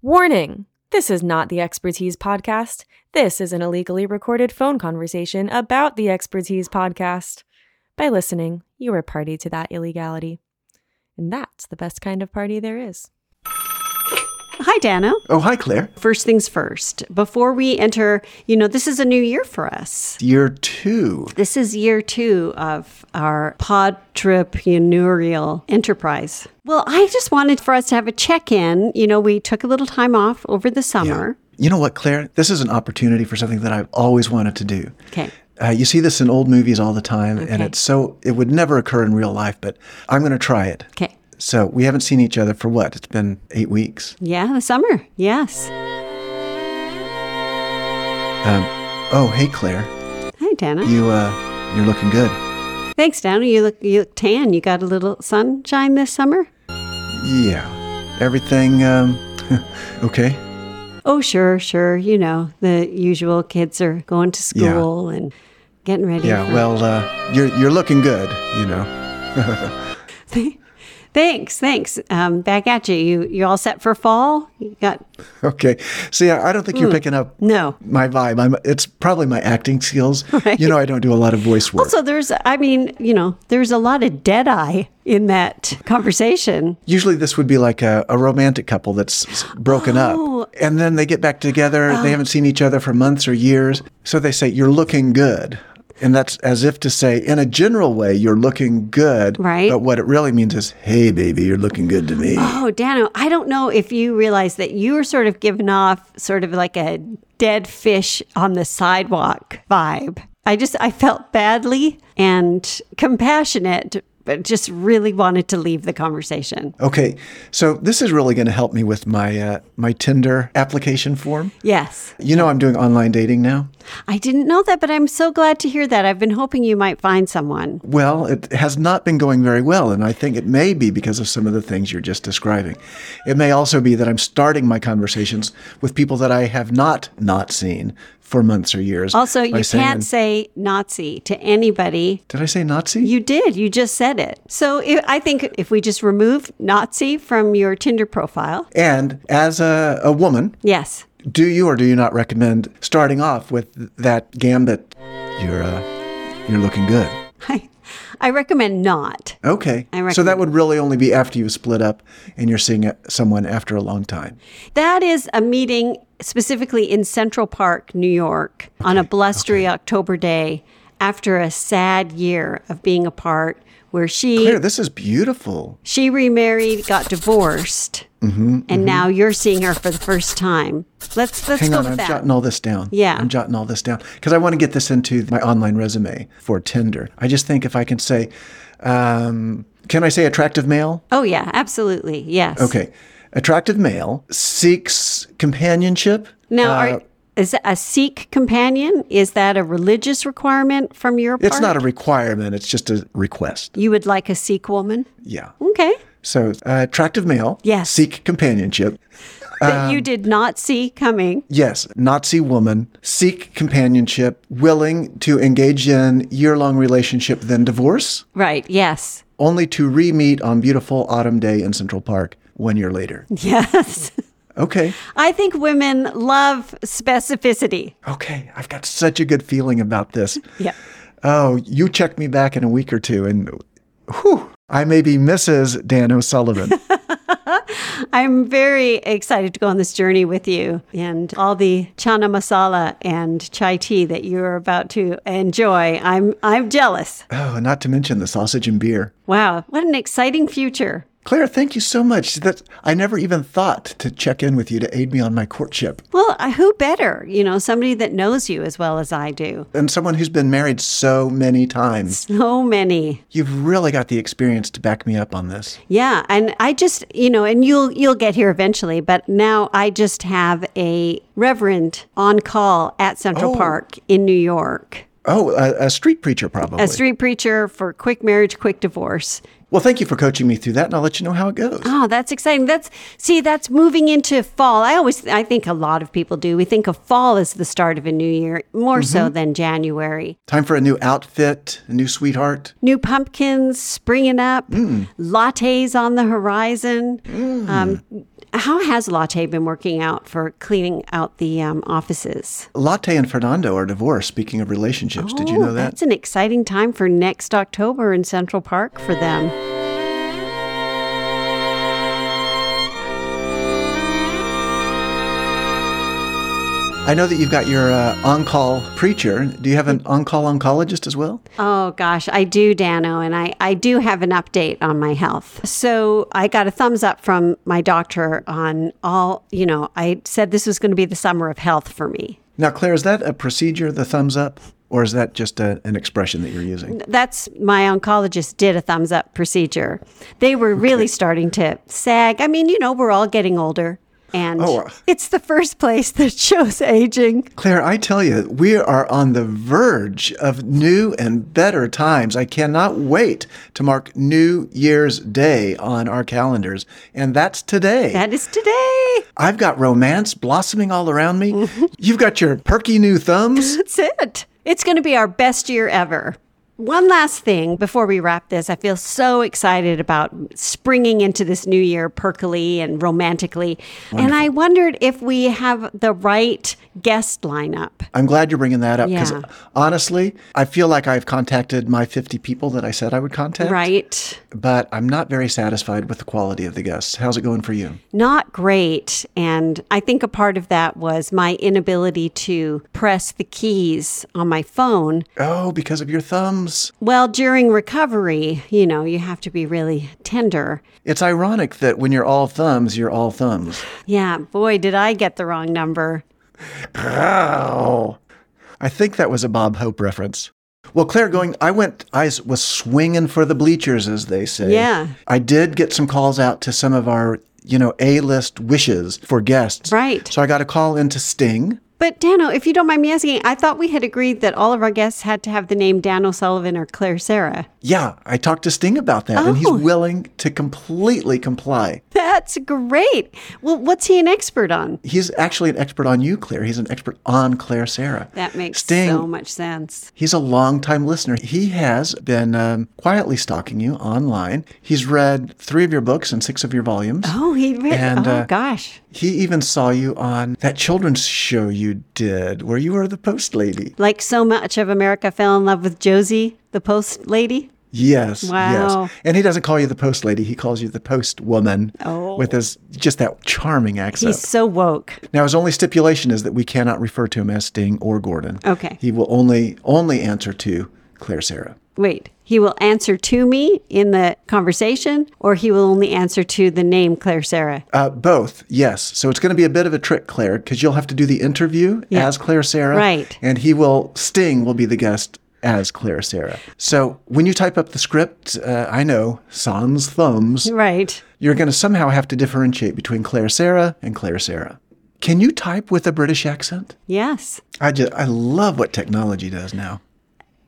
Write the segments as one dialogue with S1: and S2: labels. S1: Warning! This is not the Expertise Podcast. This is an illegally recorded phone conversation about the Expertise Podcast. By listening, you are party to that illegality. And that's the best kind of party there is.
S2: Hi, Dano.
S3: Oh, hi, Claire.
S2: First things first, before we enter, you know, this is a new year for us.
S3: Year two.
S2: This is year two of our podpreneurial enterprise. Well, I just wanted for us to have a check in. You know, we took a little time off over the summer.
S3: You know what, Claire? This is an opportunity for something that I've always wanted to do.
S2: Okay.
S3: Uh, you see this in old movies all the time, and
S2: Okay.
S3: it's so, it would never occur in real life, but I'm going to try it.
S2: Okay.
S3: So we haven't seen each other for what? It's been eight weeks.
S2: Yeah, the summer. Yes.
S3: Um, oh, hey, Claire.
S2: Hi, Dano.
S3: You, uh, you're looking good.
S2: Thanks, Dano. You look you look tan. You got a little sunshine this summer?
S3: Yeah. Everything, um, okay?
S2: Oh, sure, sure. You know, the usual kids are going to
S3: Yeah.
S2: school and getting ready.
S3: Yeah.
S2: for-
S3: Well, uh, you're, you're looking good, you know.
S2: Thanks, thanks. Um, back at you. You you all set for fall? You got
S3: Okay. See, I, I don't think you're picking up
S2: no.
S3: my vibe. I'm, it's probably my acting skills.
S2: Right.
S3: You know, I don't do a lot of voice work.
S2: Also, there's I mean, you know, there's a lot of dead eye in that conversation.
S3: Usually, this would be like a, a romantic couple that's s- broken
S2: Oh.
S3: up, and then they get back together. They haven't seen each other for months or years, so they say, "You're looking good," and that's as if to say, in a general way, "You're looking good."
S2: Right.
S3: But what it really means is, "Hey, baby, you're looking good to me."
S2: Oh, Dano, I don't know if you realize that you were sort of giving off sort of like a dead fish on the sidewalk vibe. I just I felt badly and compassionate, but just really wanted to leave the conversation.
S3: Okay, so this is really going to help me with my uh, my Tinder application form.
S2: Yes.
S3: You know, I'm doing online dating now.
S2: I didn't know that, but I'm so glad to hear that. I've been hoping you might find someone.
S3: Well, it has not been going very well, and I think it may be because of some of the things you're just describing. It may also be that I'm starting my conversations with people that I have not not seen for months or years.
S2: Also,
S3: by
S2: you
S3: saying-
S2: can't say Nazi to anybody.
S3: Did I say Nazi?
S2: You did. You just said it. So i I think if we just remove Nazi from your Tinder profile,
S3: and as a, a woman,
S2: yes.
S3: do you or do you not recommend starting off with that gambit? You're uh, you're looking good.
S2: I, I recommend not.
S3: Okay,
S2: I
S3: so that
S2: recommend-
S3: would really only be after you split up and you're seeing uh, someone after a long time.
S2: That is a meeting specifically in Central Park, New York, on a blustery October day after a sad year of being apart where she
S3: Claire, this is beautiful.
S2: she remarried, got divorced,
S3: Mm-hmm,
S2: and now you're seeing her for the first time. Let's let's
S3: Hang
S2: go
S3: on,
S2: with
S3: I'm
S2: that.
S3: jotting all this down.
S2: Yeah.
S3: I'm jotting all this down because I want to get this into my online resume for Tinder. I just think if I can say, um, can I say attractive male?
S2: oh yeah, absolutely. Yes.
S3: Okay. Attractive male seeks companionship.
S2: Now,
S3: Uh,
S2: are, is a Sikh companion? Is that a religious requirement from your part?
S3: It's not a requirement, it's just a request.
S2: You would like a Sikh woman?
S3: Yeah.
S2: Okay.
S3: So, uh, attractive male.
S2: Yes.
S3: Seek companionship.
S2: that
S3: Um,
S2: you did not see coming.
S3: Yes, Nazi woman, seek companionship, willing to engage in year long relationship, then divorce.
S2: Right. Yes.
S3: only to re meet on beautiful autumn day in Central Park one year later.
S2: Yes.
S3: Okay.
S2: I think women love specificity.
S3: Okay. I've got such a good feeling about this.
S2: Yeah.
S3: Oh, you check me back in a week or two, and whew, I may be Mrs. Dan O'Sullivan.
S2: I'm very excited to go on this journey with you and all the chana masala and chai tea that you're about to enjoy. I'm I'm jealous.
S3: oh, not to mention the sausage and beer.
S2: Wow, what an exciting future.
S3: Claire, thank you so much. That I never even thought to check in with you to aid me on my courtship.
S2: Well, uh, who better? You know, somebody that knows you as well as I do.
S3: And someone who's been married so many times,
S2: So many.
S3: you've really got the experience to back me up on this.
S2: Yeah, and I just, you know, and you'll you'll get here eventually, but now I just have a reverend on call at Central
S3: Oh.
S2: Park in New York.
S3: Oh, a, a street preacher, probably.
S2: A street preacher for quick marriage, quick divorce.
S3: well, thank you for coaching me through that, and I'll let you know how it goes.
S2: Oh, that's exciting. That's see, that's moving into fall. I always I think a lot of people do. We think of fall as the start of a new year, more so than January.
S3: Time for a new outfit, a new sweetheart.
S2: New
S3: Mm.
S2: pumpkins springing up, lattes on the horizon. Um, How has Latte been working out for cleaning out the um, offices?
S3: Latte and Fernando are divorced. Speaking of relationships, did you know that?
S2: Oh, That's an exciting time for next October in Central Park for them.
S3: I know that you've got your uh, on-call preacher. Do you have an on-call oncologist as well?
S2: Oh gosh, I do, Dano, and I, I do have an update on my health. So I got a thumbs up from my doctor on all, you know, I said this was going to be the summer of health for me.
S3: Now, Claire, is that a procedure, the thumbs up, or is that just a, an expression that you're using?
S2: That's my oncologist did a thumbs up procedure. They were really starting to sag. I mean, you know, we're all getting older. And
S3: Oh, uh.
S2: it's the first place that shows aging.
S3: Claire, I tell you, we are on the verge of new and better times. I cannot wait to mark New Year's Day on our calendars, and that's today.
S2: That is today.
S3: I've got romance blossoming all around me. You've got your perky new thumbs.
S2: That's it. It's going to be our best year ever. One last thing before we wrap this, I feel so excited about springing into this new year perkily and romantically. And I wondered if we have the right guest lineup.
S3: I'm glad you're bringing that up because
S2: Yeah.
S3: honestly, I feel like I've contacted my 50 people that I said I would contact,
S2: Right?
S3: but I'm not very satisfied with the quality of the guests. How's it going for you?
S2: Not great. And I think a part of that was my inability to press the keys on my phone
S3: Oh, because of your thumbs.
S2: Well, during recovery, you know, you have to be really tender.
S3: It's ironic that when you're all thumbs, you're all thumbs.
S2: Yeah, boy, did I get the wrong number.
S3: Ow. I think that was a Bob Hope reference. Well, Claire, going, I went, I s- was swinging for the bleachers, as they say.
S2: Yeah.
S3: I did get some calls out to some of our, you know, A list wishes for guests.
S2: Right.
S3: So I got a call into Sting.
S2: But Dano, if you don't mind me asking, I thought we had agreed that all of our guests had to have the name Dan O'Sullivan or Claire Sarah.
S3: Yeah, I talked to Sting about that, and he's
S2: Oh.
S3: willing to completely comply.
S2: That's great. Well, what's he an expert on?
S3: He's actually an expert on you, Claire. He's an expert on Claire Sarah.
S2: That makes
S3: Sting.
S2: so much sense.
S3: He's a longtime listener. He has been um, quietly stalking you online. He's read three of your books and six of your volumes.
S2: Oh, he really,
S3: And,
S2: oh
S3: uh,
S2: gosh.
S3: He even saw you on that children's show you did where you were the post lady.
S2: Like so much of America fell in love with Josie, the post lady.
S3: Yes.
S2: Wow.
S3: Yes. And he doesn't call you the post lady. He calls you the post woman
S2: Oh.
S3: with his just that charming accent.
S2: He's so woke.
S3: Now, his only stipulation is that we cannot refer to him as Sting or Gordon.
S2: Okay.
S3: He will only only answer to Claire Sarah.
S2: Wait, he will answer to me in the conversation, or he will only answer to the name Claire Sarah.
S3: Uh, both, yes. So it's going to be a bit of a trick, Claire, because you'll have to do the interview
S2: Yeah.
S3: as Claire Sarah.
S2: Right.
S3: And he will, Sting will be the guest as Claire Sarah. So when you type up the script, uh, I know, sans thumbs,
S2: Right.
S3: you're going to somehow have to differentiate between Claire Sarah and Claire Sarah. Can you type with a British accent?
S2: Yes.
S3: I just, I love what technology does now.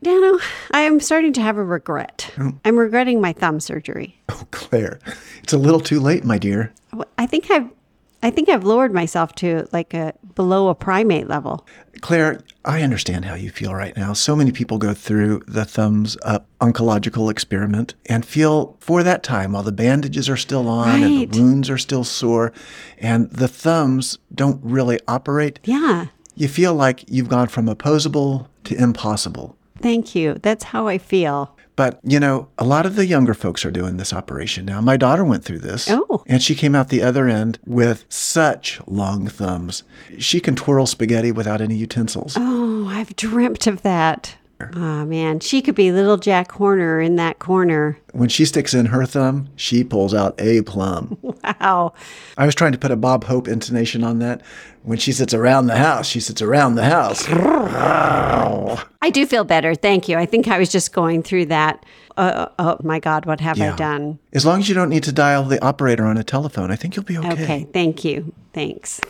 S2: Dano, I am starting to have a regret. I'm regretting my thumb surgery.
S3: Oh, Claire, it's a little too late, my dear.
S2: I think I've I think I've lowered myself to like a below a primate level.
S3: Claire, I understand how you feel right now. So many people go through the thumbs up oncological experiment and feel for that time while the bandages are still on and
S2: Right.
S3: the wounds are still sore and the thumbs don't really operate.
S2: Yeah.
S3: You feel like you've gone from opposable to impossible.
S2: Thank you. That's how I feel.
S3: But, you know, a lot of the younger folks are doing this operation now. My daughter went through this.
S2: Oh.
S3: And she came out the other end with such long thumbs. She can twirl spaghetti without any utensils.
S2: Oh, I've dreamt of that. Oh man, she could be little Jack Horner in that corner.
S3: When she sticks in her thumb, she pulls out a plum.
S2: Wow.
S3: I was trying to put a Bob Hope intonation on that. When she sits around the house, she sits around the house.
S2: I do feel better. Thank you. I think I was just going through that. Uh, oh my God, what have I
S3: Yeah.
S2: done?
S3: As long as you don't need to dial the operator on a telephone, I think you'll be okay.
S2: Okay, thank you. Thanks.